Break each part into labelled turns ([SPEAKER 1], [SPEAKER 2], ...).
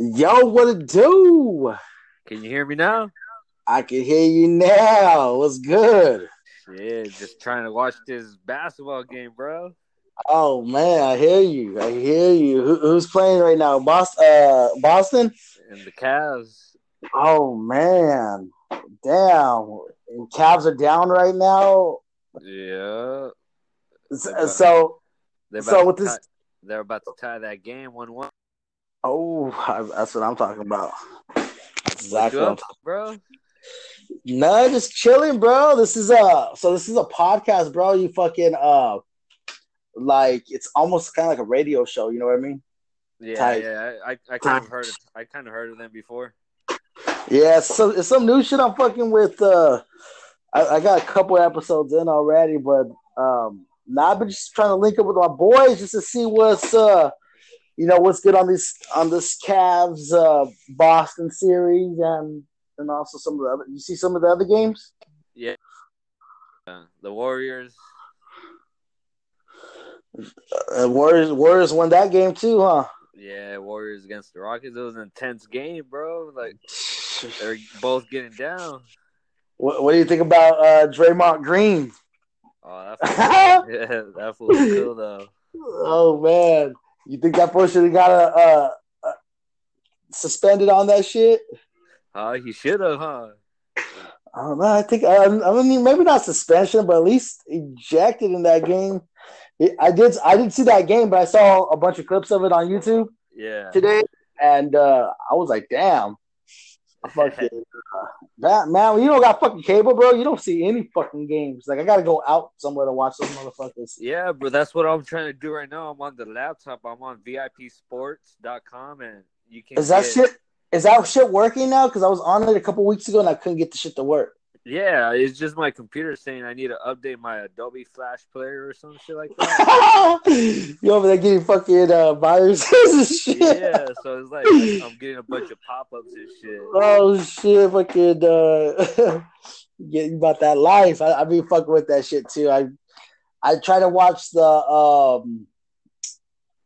[SPEAKER 1] Yo, what it do?
[SPEAKER 2] Can you hear me now?
[SPEAKER 1] I can hear you now. What's good?
[SPEAKER 2] Shit, just trying to watch this basketball game, bro.
[SPEAKER 1] Oh man, I hear you. I hear you. Who, who's playing right now? Boston. Uh, Boston.
[SPEAKER 2] And the Cavs.
[SPEAKER 1] Oh man, damn. And Cavs are down right now.
[SPEAKER 2] Yeah.
[SPEAKER 1] So, so,
[SPEAKER 2] They're
[SPEAKER 1] so
[SPEAKER 2] about
[SPEAKER 1] with
[SPEAKER 2] to
[SPEAKER 1] this.
[SPEAKER 2] tie- they're about to tie that game one one.
[SPEAKER 1] Oh, I, that's what I'm talking about. That's exactly.
[SPEAKER 2] You
[SPEAKER 1] What I'm
[SPEAKER 2] up, bro?
[SPEAKER 1] No, just chilling, bro. This is a so this is a podcast, bro. You fucking uh, like it's almost kind of like a radio show. You know what I mean?
[SPEAKER 2] Yeah,
[SPEAKER 1] Tight.
[SPEAKER 2] yeah. I, I, I kind
[SPEAKER 1] Tight.
[SPEAKER 2] of heard of, I kind of heard of them before.
[SPEAKER 1] Yeah. So it's some new shit. I'm fucking with. Uh, I, I got a couple episodes in already, but um, now I've been just trying to link up with my boys just to see what's uh, you know, what's good on this on this Cavs uh Boston series and and also some of the other. You see some of the other games.
[SPEAKER 2] Uh, the Warriors.
[SPEAKER 1] Uh, Warriors Warriors won that game too, huh?
[SPEAKER 2] Yeah, Warriors against the Rockets. It was an intense game, bro. Like they're both getting down.
[SPEAKER 1] What, what do you think about uh, Draymond Green?
[SPEAKER 2] Oh, that fool, yeah, that fool's cool though.
[SPEAKER 1] Oh man, you think that boy should have got a, uh uh suspended on that shit?
[SPEAKER 2] Huh? He should have, huh?
[SPEAKER 1] I don't know. I think I, I mean maybe not suspension, but at least ejected in that game. I did I did see that game, but I saw a bunch of clips of it on YouTube
[SPEAKER 2] Yeah.
[SPEAKER 1] today, and uh, I was like, damn. Fucking, uh, that man, you don't got fucking cable, bro. You don't see any fucking games. Like I gotta go out somewhere to watch those motherfuckers.
[SPEAKER 2] Yeah, bro, that's what I'm trying to do right now. I'm on the laptop. I'm on VIPsports.com, and you can.
[SPEAKER 1] Is that
[SPEAKER 2] get-
[SPEAKER 1] shit? Is that shit working now? Because I was on it a couple weeks ago and I couldn't get the shit to work.
[SPEAKER 2] Yeah, it's just my computer saying I need to update my Adobe Flash Player or some shit like that.
[SPEAKER 1] you over there getting fucking uh, viruses and shit.
[SPEAKER 2] yeah, so it's like, like, I'm getting a bunch of pop ups and shit.
[SPEAKER 1] Oh shit, fucking uh, getting about that life. I, I be fucking with that shit too. I I try to watch the um,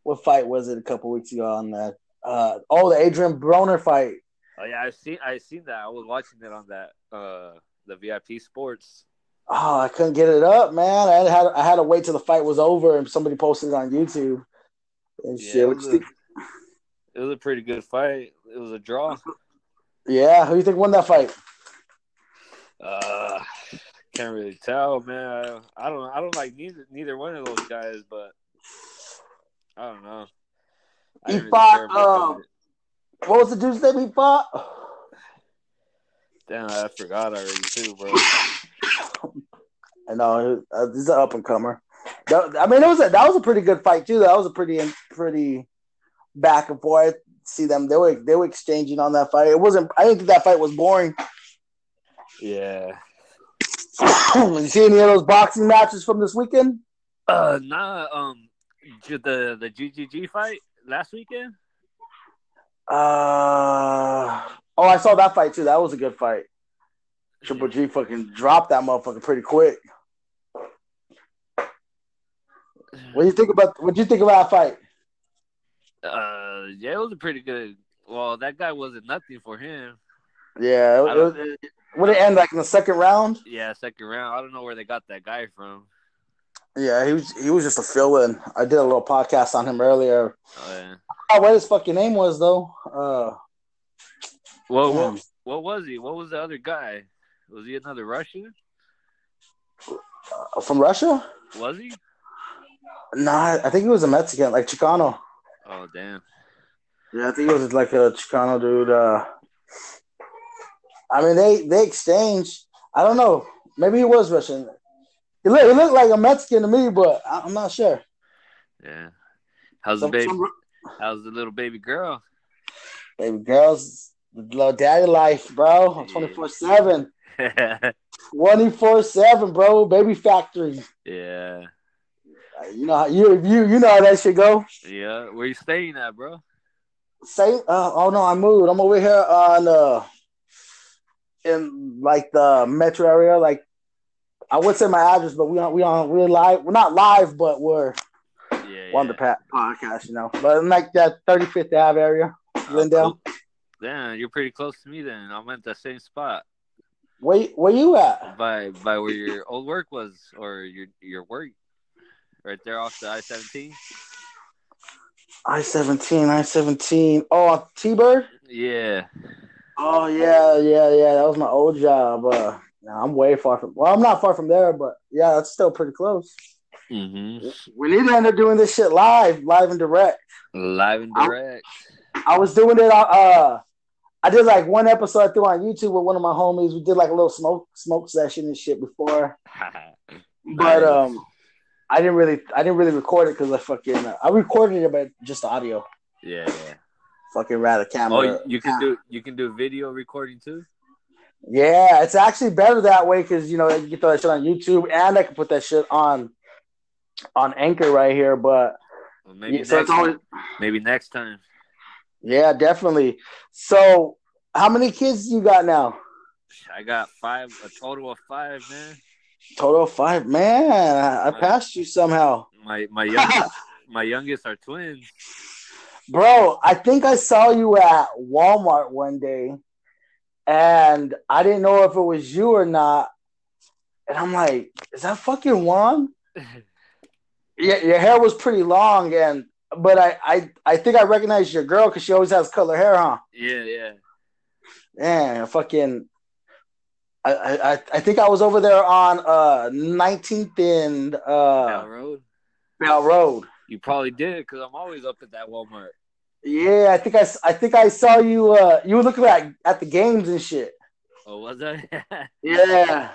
[SPEAKER 1] what fight was it a couple weeks ago on that? Uh, oh, the Adrian Broner fight.
[SPEAKER 2] Oh yeah, I've seen I seen that. I was watching it on that uh the VIP Sports.
[SPEAKER 1] Oh, I couldn't get it up, man. I had I had to wait till the fight was over and somebody posted it on YouTube and
[SPEAKER 2] Yeah,
[SPEAKER 1] shit.
[SPEAKER 2] it
[SPEAKER 1] What you
[SPEAKER 2] was a-
[SPEAKER 1] think-
[SPEAKER 2] It was a pretty good fight. It was a draw.
[SPEAKER 1] Yeah, who you think won that fight?
[SPEAKER 2] Uh, can't really tell, man. I, I don't. I don't like neither neither one of those guys, but I don't know. I
[SPEAKER 1] He
[SPEAKER 2] didn't really
[SPEAKER 1] fought,
[SPEAKER 2] care much of
[SPEAKER 1] um,
[SPEAKER 2] it.
[SPEAKER 1] What was the dude's name he fought?
[SPEAKER 2] Damn, I forgot already too, bro.
[SPEAKER 1] I know uh, he's an up and comer. That- I mean, it was a, that was a pretty good fight too. That was a pretty pretty back and forth. See them? They were they were exchanging on that fight. It wasn't. I didn't think that fight was boring.
[SPEAKER 2] Yeah.
[SPEAKER 1] you see any of those boxing matches from this weekend?
[SPEAKER 2] Uh, nah. Um, ju- the the GGG fight last weekend.
[SPEAKER 1] Uh oh, I saw that fight too. That was a good fight. Triple G fucking dropped that motherfucker pretty quick. What do you think about? What do you think about that fight?
[SPEAKER 2] Uh, yeah, it was a pretty good. Well, that guy wasn't nothing for him.
[SPEAKER 1] Yeah,
[SPEAKER 2] I
[SPEAKER 1] it,
[SPEAKER 2] don't-
[SPEAKER 1] was- would it end like in the second round?
[SPEAKER 2] Yeah, second round. I don't know where they got that guy from.
[SPEAKER 1] Yeah, he was he was just a fill-in. I did a little podcast on him earlier.
[SPEAKER 2] Oh, yeah.
[SPEAKER 1] Oh, what his fucking name was though? Uh,
[SPEAKER 2] What,
[SPEAKER 1] damn.
[SPEAKER 2] what what was he? What was the other guy? Was he another Russian?
[SPEAKER 1] uh, from Russia?
[SPEAKER 2] Was he?
[SPEAKER 1] Nah, I think he was a Mexican, like Chicano.
[SPEAKER 2] Oh damn.
[SPEAKER 1] Yeah, I think it was like a Chicano dude. Uh, I mean, they they exchanged. I don't know. Maybe he was Russian. He looked, he looked like a Mexican to me, but I, I'm not sure.
[SPEAKER 2] Yeah. How's the
[SPEAKER 1] Some,
[SPEAKER 2] baby?
[SPEAKER 1] some-
[SPEAKER 2] How's the little baby girl?
[SPEAKER 1] baby girls, little daddy life, bro. 24 7.
[SPEAKER 2] yeah.
[SPEAKER 1] 24 7, bro. Baby factory. Uh, You know how you you you know how that shit go.
[SPEAKER 2] Yeah. Where you staying at, bro?
[SPEAKER 1] Same. Uh, oh no, I moved. I'm over here on uh in like the metro area. Like I would say my address, but we on we on we're live. We're not live, but we're
[SPEAKER 2] Yeah.
[SPEAKER 1] we're on the
[SPEAKER 2] yeah.
[SPEAKER 1] pa- podcast, you know. But in like that 35th Ave area,
[SPEAKER 2] Oh,
[SPEAKER 1] Lindell.
[SPEAKER 2] cool. Damn, you're pretty close to me then. I'm at the same spot.
[SPEAKER 1] Where where you at?
[SPEAKER 2] By by where your old work was or your your work. Right there off the I seventeen.
[SPEAKER 1] I seventeen, I seventeen. Oh, T Bird.
[SPEAKER 2] Yeah.
[SPEAKER 1] Oh yeah, yeah, yeah. That was my old job. Uh, nah, I'm way far from. Well, I'm not far from there, but yeah, that's still pretty close.
[SPEAKER 2] Mm-hmm.
[SPEAKER 1] We need to end up doing this shit live, live and direct.
[SPEAKER 2] Live and direct.
[SPEAKER 1] I was doing it. Uh, I did like one episode I threw on YouTube with one of my homies. We did like a little smoke smoke session and shit before, but um, I didn't really, I didn't really record it because I fucking, uh, I recorded it, but just the audio.
[SPEAKER 2] yeah, yeah.
[SPEAKER 1] Fucking rather camera.
[SPEAKER 2] Oh, you can do you can do video recording too.
[SPEAKER 1] Yeah, it's actually better that way because you know you can throw that shit on YouTube, and I can put that shit on on Anchor right here. But
[SPEAKER 2] Well, maybe
[SPEAKER 1] yeah,
[SPEAKER 2] next
[SPEAKER 1] so it's always,
[SPEAKER 2] maybe next time.
[SPEAKER 1] yeah, definitely. So, how many kids you got now?
[SPEAKER 2] I got five, a total of five, man.
[SPEAKER 1] Total of five. Man, I, I passed you somehow,
[SPEAKER 2] My my youngest, my youngest are twins.
[SPEAKER 1] bro. I think I saw you at Walmart one day, and I didn't know if it was you or not. And I'm like, is that fucking Juan? Yeah, your hair was pretty long, and but I I, I think I recognized your girl because she always has color hair, huh?
[SPEAKER 2] yeah, yeah.
[SPEAKER 1] Man, fucking. I, I I- I think I was over there on uh 19th and
[SPEAKER 2] Down
[SPEAKER 1] uh
[SPEAKER 2] road.
[SPEAKER 1] Bell Road.
[SPEAKER 2] You probably did because I'm always up at that Walmart.
[SPEAKER 1] Yeah, I think I, s- I think I saw you. Uh, you were looking at at the games and shit.
[SPEAKER 2] Oh, was I? I
[SPEAKER 1] Yeah,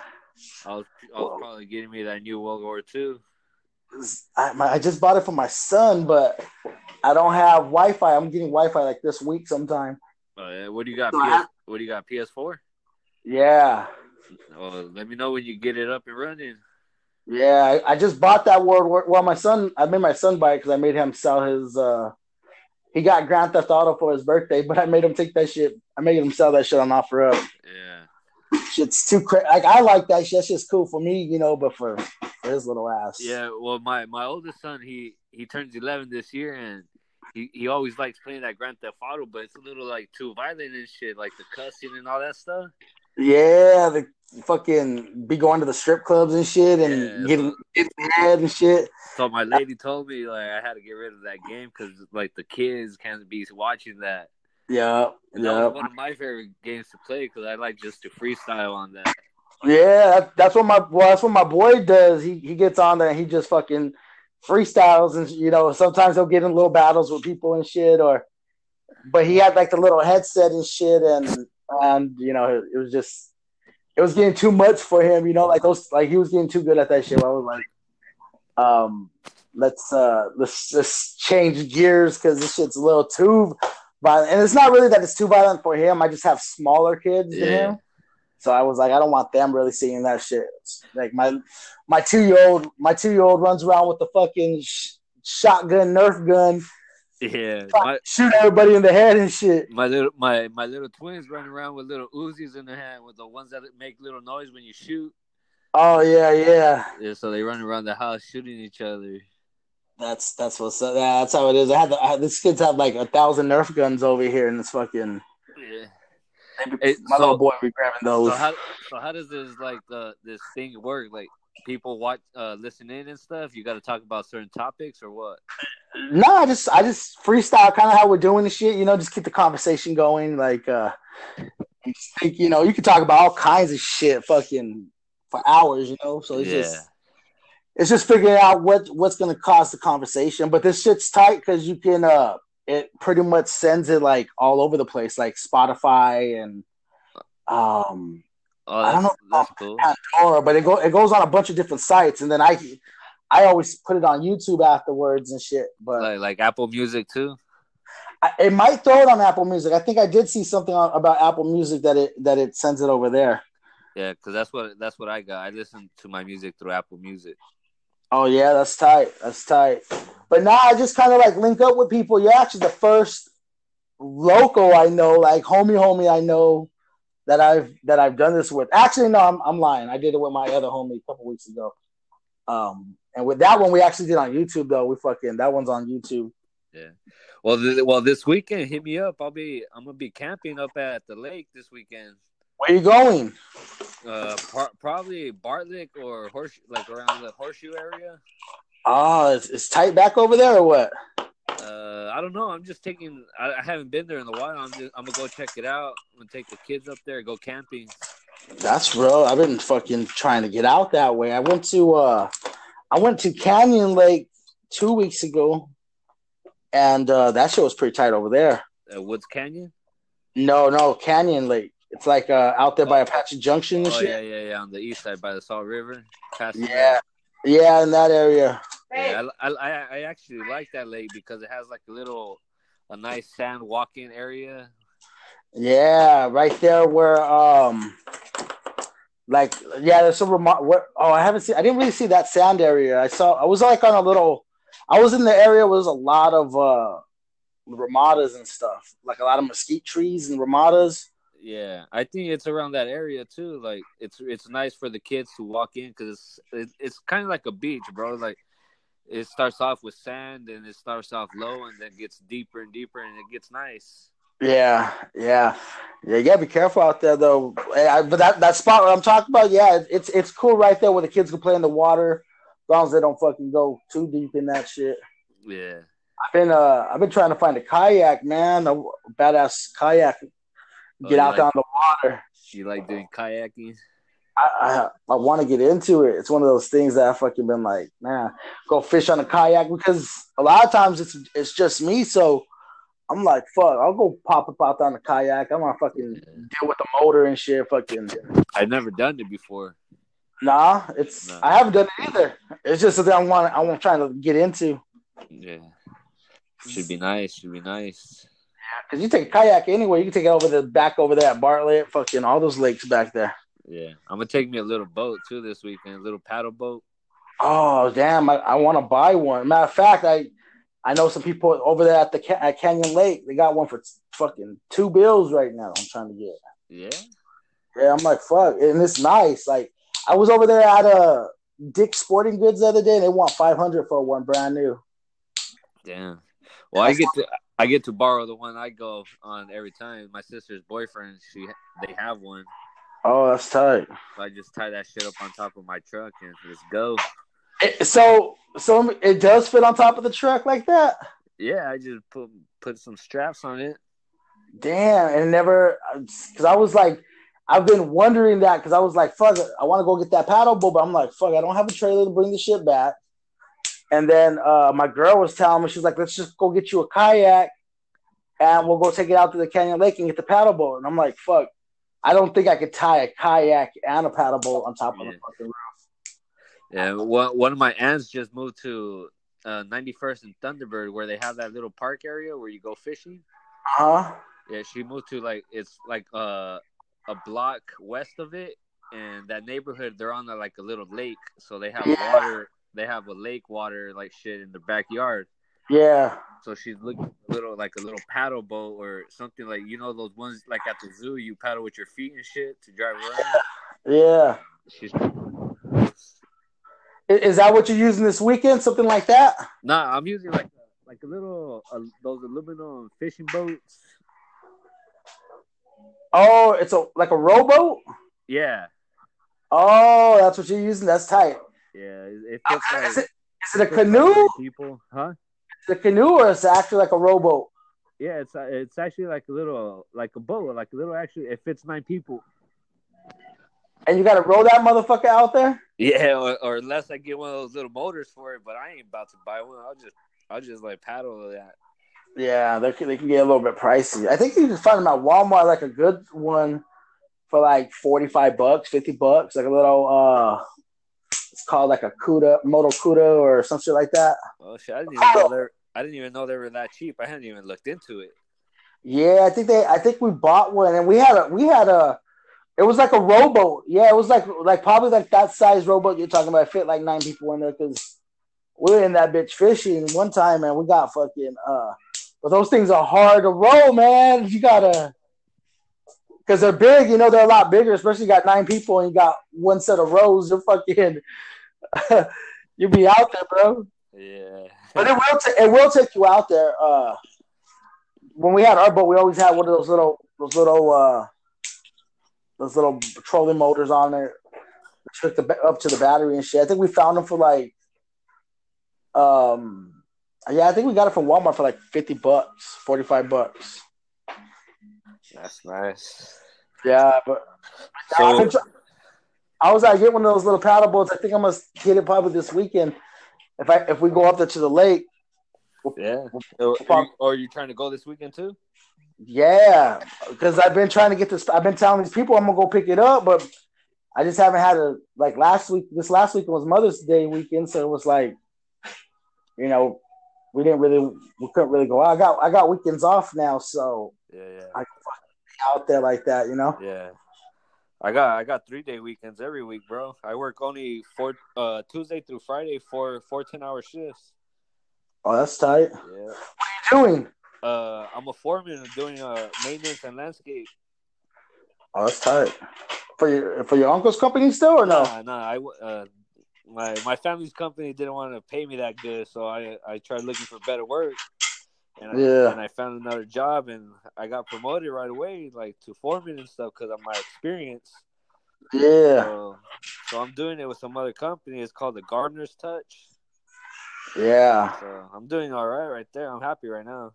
[SPEAKER 2] was I was probably getting me that new World War II.
[SPEAKER 1] I, my, I just bought it for my son, but I don't have Wi-Fi. I'm getting Wi-Fi like this week sometime.
[SPEAKER 2] Oh, yeah. What do you got?
[SPEAKER 1] So I-
[SPEAKER 2] PS, what do you got? PS4.
[SPEAKER 1] Yeah.
[SPEAKER 2] Oh, let me know when you get it up and running.
[SPEAKER 1] Yeah, I, I just bought that World War. Well, my son, I made my son buy it because I made him sell his. uh He got Grand Theft Auto for his birthday, but I made him take that shit. I made him sell that shit on OfferUp.
[SPEAKER 2] Yeah.
[SPEAKER 1] Shit's too cra Like I like that shit. That's just cool for me, you know. But for, for his little ass,
[SPEAKER 2] Yeah, well, my my oldest son he he turns eleven this year, and he he always likes playing that Grand Theft Auto, but it's a little like too violent and shit, like the cussing and all that stuff.
[SPEAKER 1] yeah. The fucking be going to the strip clubs and shit, and
[SPEAKER 2] Yeah.
[SPEAKER 1] getting getting head and shit.
[SPEAKER 2] So my lady told me like I had to get rid of that game because like the kids can't be watching that.
[SPEAKER 1] Yeah,
[SPEAKER 2] And that
[SPEAKER 1] yeah,
[SPEAKER 2] was one of my favorite games to play because I like just to freestyle on that.
[SPEAKER 1] yeah. That, that's what my well, that's what my boy does. He he gets on there and he just fucking freestyles and you know sometimes he'll get in little battles with people and shit or but he had like the little headset and shit and and you know it was just it was getting too much for him you know like those like he was getting too good at that shit i was like um let's uh let's just change gears because this shit's a little too violent and it's not really that it's too violent for him i just have smaller kids than
[SPEAKER 2] Yeah.
[SPEAKER 1] him so i was like i don't want them really seeing that shit like my my two year old my two year old runs around with the fucking sh- shotgun nerf gun
[SPEAKER 2] Yeah,
[SPEAKER 1] Fuck.
[SPEAKER 2] my
[SPEAKER 1] shoot everybody in the head and shit
[SPEAKER 2] my little my my little twins running around with little Uzis in their hand, with the ones that make little noise when you shoot.
[SPEAKER 1] oh yeah yeah
[SPEAKER 2] Yeah, so they run around the house shooting each other.
[SPEAKER 1] that's that's what's up. Yeah, that's how it is i had, the, I had these kids have like a thousand nerf guns over here and it's fucking
[SPEAKER 2] Yeah.
[SPEAKER 1] my
[SPEAKER 2] Hey, so-
[SPEAKER 1] little boy be grabbing
[SPEAKER 2] So
[SPEAKER 1] those
[SPEAKER 2] how so how does this like the this thing work? Like people watch uh listen in and stuff? You gotta talk about certain topics or what?
[SPEAKER 1] no i just i just freestyle kind of how we're doing the shit you know just keep the conversation going like uh I just think you know you can talk about all kinds of shit fucking for hours you know so it's just it's just figuring out what what's going to cause the conversation but this shit's tight because you can uh it pretty much sends it like all over the place like spotify and um
[SPEAKER 2] Oh
[SPEAKER 1] I don't
[SPEAKER 2] that's,
[SPEAKER 1] know.
[SPEAKER 2] that's cool.
[SPEAKER 1] or but it go it goes on a bunch of different sites and then i i always put it on youtube afterwards and shit but
[SPEAKER 2] Like like Apple Music too?
[SPEAKER 1] I, it might throw it on apple music i think i did see something on, about apple music that it that it sends it over there
[SPEAKER 2] Yeah, because that's what that's what I got. I listen to my music through Apple Music.
[SPEAKER 1] Oh yeah, that's tight. That's tight. But now I just kind of like link up with people. You're actually the first local I know, like homie, homie I know that I've that I've done this with. Actually, no, I'm I'm lying. I did it with my other homie a couple weeks ago. Um, and with that one, we actually did on YouTube though. We fucking that one's on YouTube.
[SPEAKER 2] Well, th- well, this weekend, hit me up. I'll be I'm gonna be camping up at the lake this weekend.
[SPEAKER 1] Where you going?
[SPEAKER 2] Uh, par- probably Bartlett or Horseshoe, like around the Horseshoe area.
[SPEAKER 1] Oh, it's, it's tight back over there or what?
[SPEAKER 2] Uh, I don't know. I'm just taking. I, I haven't been there in a while. I'm just. I'm gonna go check it out. I'm gonna take the kids up there. Go camping.
[SPEAKER 1] That's real. I've been fucking trying to get out that way. I went to uh I went to Canyon Lake two weeks ago and uh that shit was pretty tight over there.
[SPEAKER 2] Uh, Woods Canyon.
[SPEAKER 1] No, no, Canyon Lake. It's like uh out there by Apache Junction and
[SPEAKER 2] Oh
[SPEAKER 1] shit.
[SPEAKER 2] yeah, yeah, yeah. On the east side by the Salt River. Past the-
[SPEAKER 1] Yeah. Yeah, in that area.
[SPEAKER 2] Yeah, I, I, I- I actually like that lake because it has like a little, a nice sand walk-in area.
[SPEAKER 1] Yeah, right there where um like yeah, there's some remark where oh I haven't seen I didn't really see that sand area. I saw I was like on a little I was in the area where there's a lot of uh ramadas and stuff, like a lot of mesquite trees and ramadas.
[SPEAKER 2] Yeah, I think it's around that area too. Like it's it's nice for the kids to walk in because it's it, it's kind of like a beach, bro. Like it starts off with sand and it starts off low and then gets deeper and deeper and it gets nice.
[SPEAKER 1] Yeah, yeah, yeah. You gotta be careful out there, though. Eh, I- but that, that spot where I'm talking about, yeah, it- it's it's cool right there where the kids can play in the water, as long as they don't fucking go too deep in that shit.
[SPEAKER 2] Yeah,
[SPEAKER 1] I've been uh, I've been trying to find a kayak, man, a badass kayak.
[SPEAKER 2] Oh,
[SPEAKER 1] Get
[SPEAKER 2] you
[SPEAKER 1] out there on
[SPEAKER 2] like-
[SPEAKER 1] the water.
[SPEAKER 2] you like doing kayaking?
[SPEAKER 1] I I, I want to get into it. It's one of those things that I fucking been like, nah, go fish on a kayak because a lot of times it's it's just me, so. I'm like, fuck, I'll go pop up out there on the kayak. I'm gonna fucking deal with the motor and shit. Fucking
[SPEAKER 2] I've never done it before.
[SPEAKER 1] Nah, it's
[SPEAKER 2] No.
[SPEAKER 1] I haven't done it either. It's just something I want. I want trying to get into
[SPEAKER 2] Yeah, should be nice. Should be nice.
[SPEAKER 1] because you take a kayak anywhere. You can take it over the back over there at Bartlett, fucking all those lakes back there.
[SPEAKER 2] Yeah, I'm gonna take me a little boat too this weekend, a little paddle boat.
[SPEAKER 1] Oh damn, I, I want to buy one. Matter of fact, I I know some people over there at the Ca- at Canyon Lake. They got one for fucking two bills right now. I'm trying to get.
[SPEAKER 2] Yeah,
[SPEAKER 1] Yeah, I'm like fuck, and it's nice. Like I was over there at uh Dick Sporting Goods the other day, and they want 500 for one brand new.
[SPEAKER 2] damn. Well, I get to I get to borrow the one I go on every time. My sister's boyfriend, she they have one,
[SPEAKER 1] Oh, that's tight.
[SPEAKER 2] so I just tie that shit up on top of my truck and just go.
[SPEAKER 1] It- so so it does fit on top of the truck like that.
[SPEAKER 2] Yeah, I just put put some straps on it.
[SPEAKER 1] Damn, and it never because I was like, I've been wondering that because I was like, fuck, I want to go get that paddle boat, but I'm like, fuck, I don't have a trailer to bring the shit back. And then uh, my girl was telling me she's like, let's just go get you a kayak, and we'll go take it out to the canyon lake and get the paddle boat. And I'm like, fuck, I don't think I could tie a kayak and a paddle boat on top of
[SPEAKER 2] Yeah.
[SPEAKER 1] the fucking roof.
[SPEAKER 2] Yeah, one one of my aunts just moved to uh, 91st and Thunderbird, where they have that little park area where you go fishing.
[SPEAKER 1] Huh?
[SPEAKER 2] Yeah, she moved to like it's like uh, a block west of it, and that neighborhood they're on the, like a little lake, so they have
[SPEAKER 1] Yeah.
[SPEAKER 2] water. They have a lake water like shit in the backyard.
[SPEAKER 1] Yeah.
[SPEAKER 2] So she's looking little like a little paddle boat or something like you know those ones like at the zoo you paddle with your feet and shit to drive around.
[SPEAKER 1] Yeah.
[SPEAKER 2] She's
[SPEAKER 1] I- Is that what you're using this weekend? Something like that?
[SPEAKER 2] nah, I'm using like a- like a little uh, those aluminum fishing boats.
[SPEAKER 1] Oh, it's a like a rowboat.
[SPEAKER 2] Yeah,
[SPEAKER 1] Oh, that's what you're using. That's tight.
[SPEAKER 2] yeah. It, it
[SPEAKER 1] Uh,
[SPEAKER 2] fits like
[SPEAKER 1] Is it, is it a
[SPEAKER 2] fits like
[SPEAKER 1] canoe?
[SPEAKER 2] three people, huh?
[SPEAKER 1] The canoe, or is it actually like a rowboat?
[SPEAKER 2] Yeah, it's uh, it's actually like a little like a boat, like a little actually it fits nine people.
[SPEAKER 1] And you got to row that motherfucker out there.
[SPEAKER 2] Yeah, or, or unless I get one of those little motors for it, but I ain't about to buy one. I'll just I'll just like paddle that.
[SPEAKER 1] Yeah, they can, they can get a little bit pricey. I think you can find them at Walmart, like a good one for like forty-five bucks, fifty bucks, like a little. uh It's called like a Cuda, Moto Cuda, or some shit like that.
[SPEAKER 2] Oh shit, I didn't even know they I didn't even know they were that cheap. I hadn't even looked into it.
[SPEAKER 1] Yeah, I think they. I think we bought one, and we had a. We had a. It was like a rowboat. Yeah, it was like like probably like that size rowboat you're talking about. It fit like nine people in there because we were in that bitch fishing one time, and we got fucking. uh But those things are hard to row, man. You gotta. Cause they're big, you know, they're a lot bigger. Especially you got nine people and you got one set of rows. You're fucking, you be out there, bro.
[SPEAKER 2] Yeah.
[SPEAKER 1] But it will, ta- it will take you out there. Uh, when we had our boat, we always had one of those little those little uh those little petroleum motors on there. Took the ba- up to the battery and shit. I think we found them for like, um, yeah, I think we got it from Walmart for like fifty bucks, forty five bucks.
[SPEAKER 2] That's nice.
[SPEAKER 1] Yeah, but I've
[SPEAKER 2] So
[SPEAKER 1] been try- I was like, get one of those little paddle boats. I think I'm gonna get it probably this weekend. If I if we go up there to the lake,
[SPEAKER 2] yeah. Or, are you, or you trying to go this weekend too?
[SPEAKER 1] yeah, because I've been trying to get this. I've been telling these people I'm gonna go pick it up, but I just haven't had a like last week. This last weekend was Mother's Day weekend, so it was like you know we didn't really we couldn't really go. out. I got I got weekends off now, so
[SPEAKER 2] Yeah, yeah.
[SPEAKER 1] I can fucking be out there like that, you know.
[SPEAKER 2] Yeah. I got I got three day weekends every week, bro. I work only four uh Tuesday through Friday for four ten hour shifts.
[SPEAKER 1] Oh, that's tight.
[SPEAKER 2] Yeah.
[SPEAKER 1] Doing.
[SPEAKER 2] Uh I'm a foreman doing uh maintenance and landscape.
[SPEAKER 1] Oh, that's tight. For your for your uncle's company still or no?
[SPEAKER 2] Nah, nah, I w- uh my my family's company didn't want to pay me that good, so I I tried looking for better work. And I,
[SPEAKER 1] Yeah.
[SPEAKER 2] and I found another job and I got promoted right away like to foreman and stuff cuz of my experience.
[SPEAKER 1] Yeah.
[SPEAKER 2] So, so I'm doing it with some other company. It's called the Gardener's Touch.
[SPEAKER 1] Yeah.
[SPEAKER 2] So I'm doing all right right there. I'm happy right now.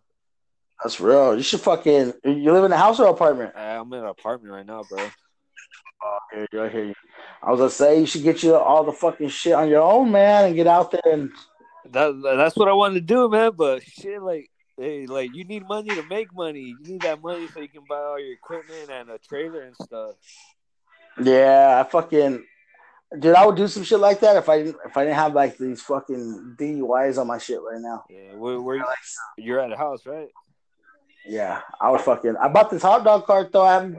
[SPEAKER 1] That's real. You should fucking. You live in a house or apartment?
[SPEAKER 2] I- I'm in an apartment right now, bro.
[SPEAKER 1] I hear you. I hear you. I was gonna say you should get you all the fucking shit on your own, man, and get out there and
[SPEAKER 2] That that's what I wanted to do, man. But shit, like, hey, like you need money to make money. You need that money so you can buy all your equipment and a trailer and stuff.
[SPEAKER 1] yeah, I fucking dude, I would do some shit like that if I didn't if I didn't have like these fucking DUIs on my shit right now.
[SPEAKER 2] Yeah, where, where you're at a house, right?
[SPEAKER 1] Yeah, I would fucking. I bought this hot dog cart though. I haven't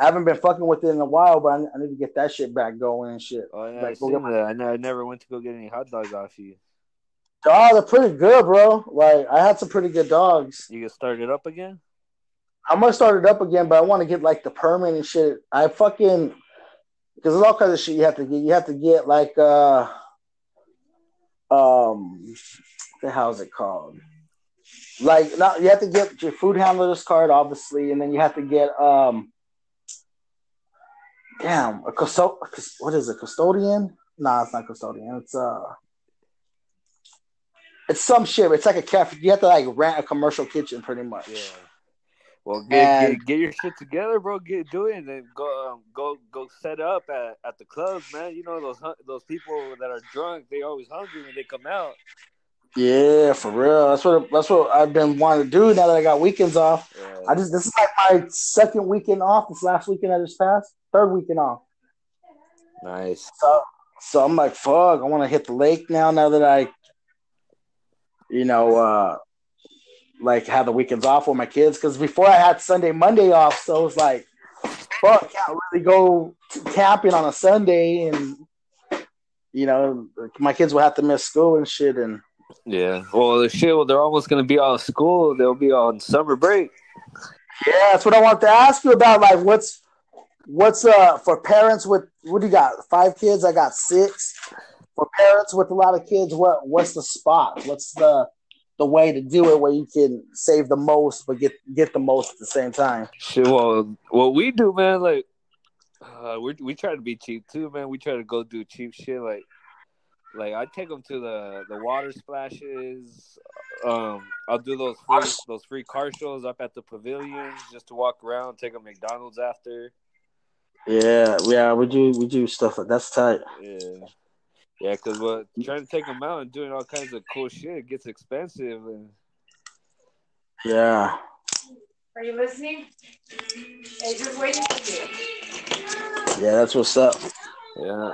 [SPEAKER 1] I haven't been fucking with it in a while, but I, I need to get that shit back going and shit.
[SPEAKER 2] Oh yeah, I,
[SPEAKER 1] Like, go
[SPEAKER 2] seen
[SPEAKER 1] get my-
[SPEAKER 2] that. I, ne- I never went to go get any hot dogs off you.
[SPEAKER 1] Dog, they're pretty good, bro. Like I had some pretty good dogs.
[SPEAKER 2] You can start it up again.
[SPEAKER 1] I'm gonna start it up again, but I want to get like the permit and shit. I fucking because there's all kinds of shit you have to get. You have to get like uh um what the hell's it called? Like not you have to get your food handler's card, obviously, and then you have to get um damn a custo- a cus- what is it custodian? Nah, it's not custodian. It's uh it's some shit. It's like a cafe. You have to like rent a commercial kitchen, pretty much.
[SPEAKER 2] Yeah. Well, get,
[SPEAKER 1] And-
[SPEAKER 2] get get your shit together, bro. Get do it, and then go um, go go set up at, at the clubs, man. You know those hun- those people that are drunk, they always hungry when they come out.
[SPEAKER 1] Yeah, for real. That's what that's what I've been wanting to do now that I got weekends off.
[SPEAKER 2] Yeah,
[SPEAKER 1] I just this is like my second weekend off. This last weekend I just passed, third weekend off.
[SPEAKER 2] nice.
[SPEAKER 1] So so I'm like, fuck, I want to hit the lake now. Now that I, you know, uh like have the weekends off with my kids. Because before I had Sunday, Monday off, so it was like, fuck, can't really go t- camping on a Sunday, and you know, my kids will have to miss school and shit, and.
[SPEAKER 2] Yeah. Well, the shit. Well, they're almost gonna be out of school. They'll be on summer break.
[SPEAKER 1] Yeah, that's what I want to ask you about. Like, what's what's uh for parents with what do you got? Five kids? I got six. For parents with a lot of kids, what what's the spot? What's the the way to do it where you can save the most but get get the most at the same time?
[SPEAKER 2] Shit. Well, what we do, man, like uh, we we try to be cheap too, man. We try to go do cheap shit, like like I take them to the the water splashes. Um, I'll do those free, those free car shows up at the pavilions just to walk around, take a McDonald's after.
[SPEAKER 1] Yeah, yeah, we do we do stuff like that's tight.
[SPEAKER 2] Yeah, yeah, because we're trying to take them out and doing all kinds of cool shit it gets expensive. And
[SPEAKER 1] Yeah.
[SPEAKER 3] Are you listening? They're just waiting for you.
[SPEAKER 1] Yeah, that's what's up.
[SPEAKER 2] yeah,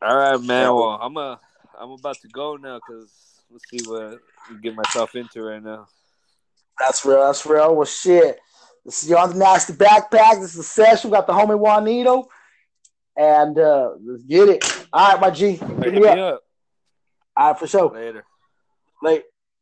[SPEAKER 2] all right, man. Well, I'm a I'm about to go now because let's see what I get myself into right now.
[SPEAKER 1] That's real, that's real. Well shit. This is your on the nasty backpack. This is the session. We got the homie Juanito. And uh let's get it. All right, my G.
[SPEAKER 2] Hey,
[SPEAKER 1] Hit
[SPEAKER 2] hit
[SPEAKER 1] me
[SPEAKER 2] me
[SPEAKER 1] up.
[SPEAKER 2] up
[SPEAKER 1] All right, for sure.
[SPEAKER 2] later.
[SPEAKER 1] Like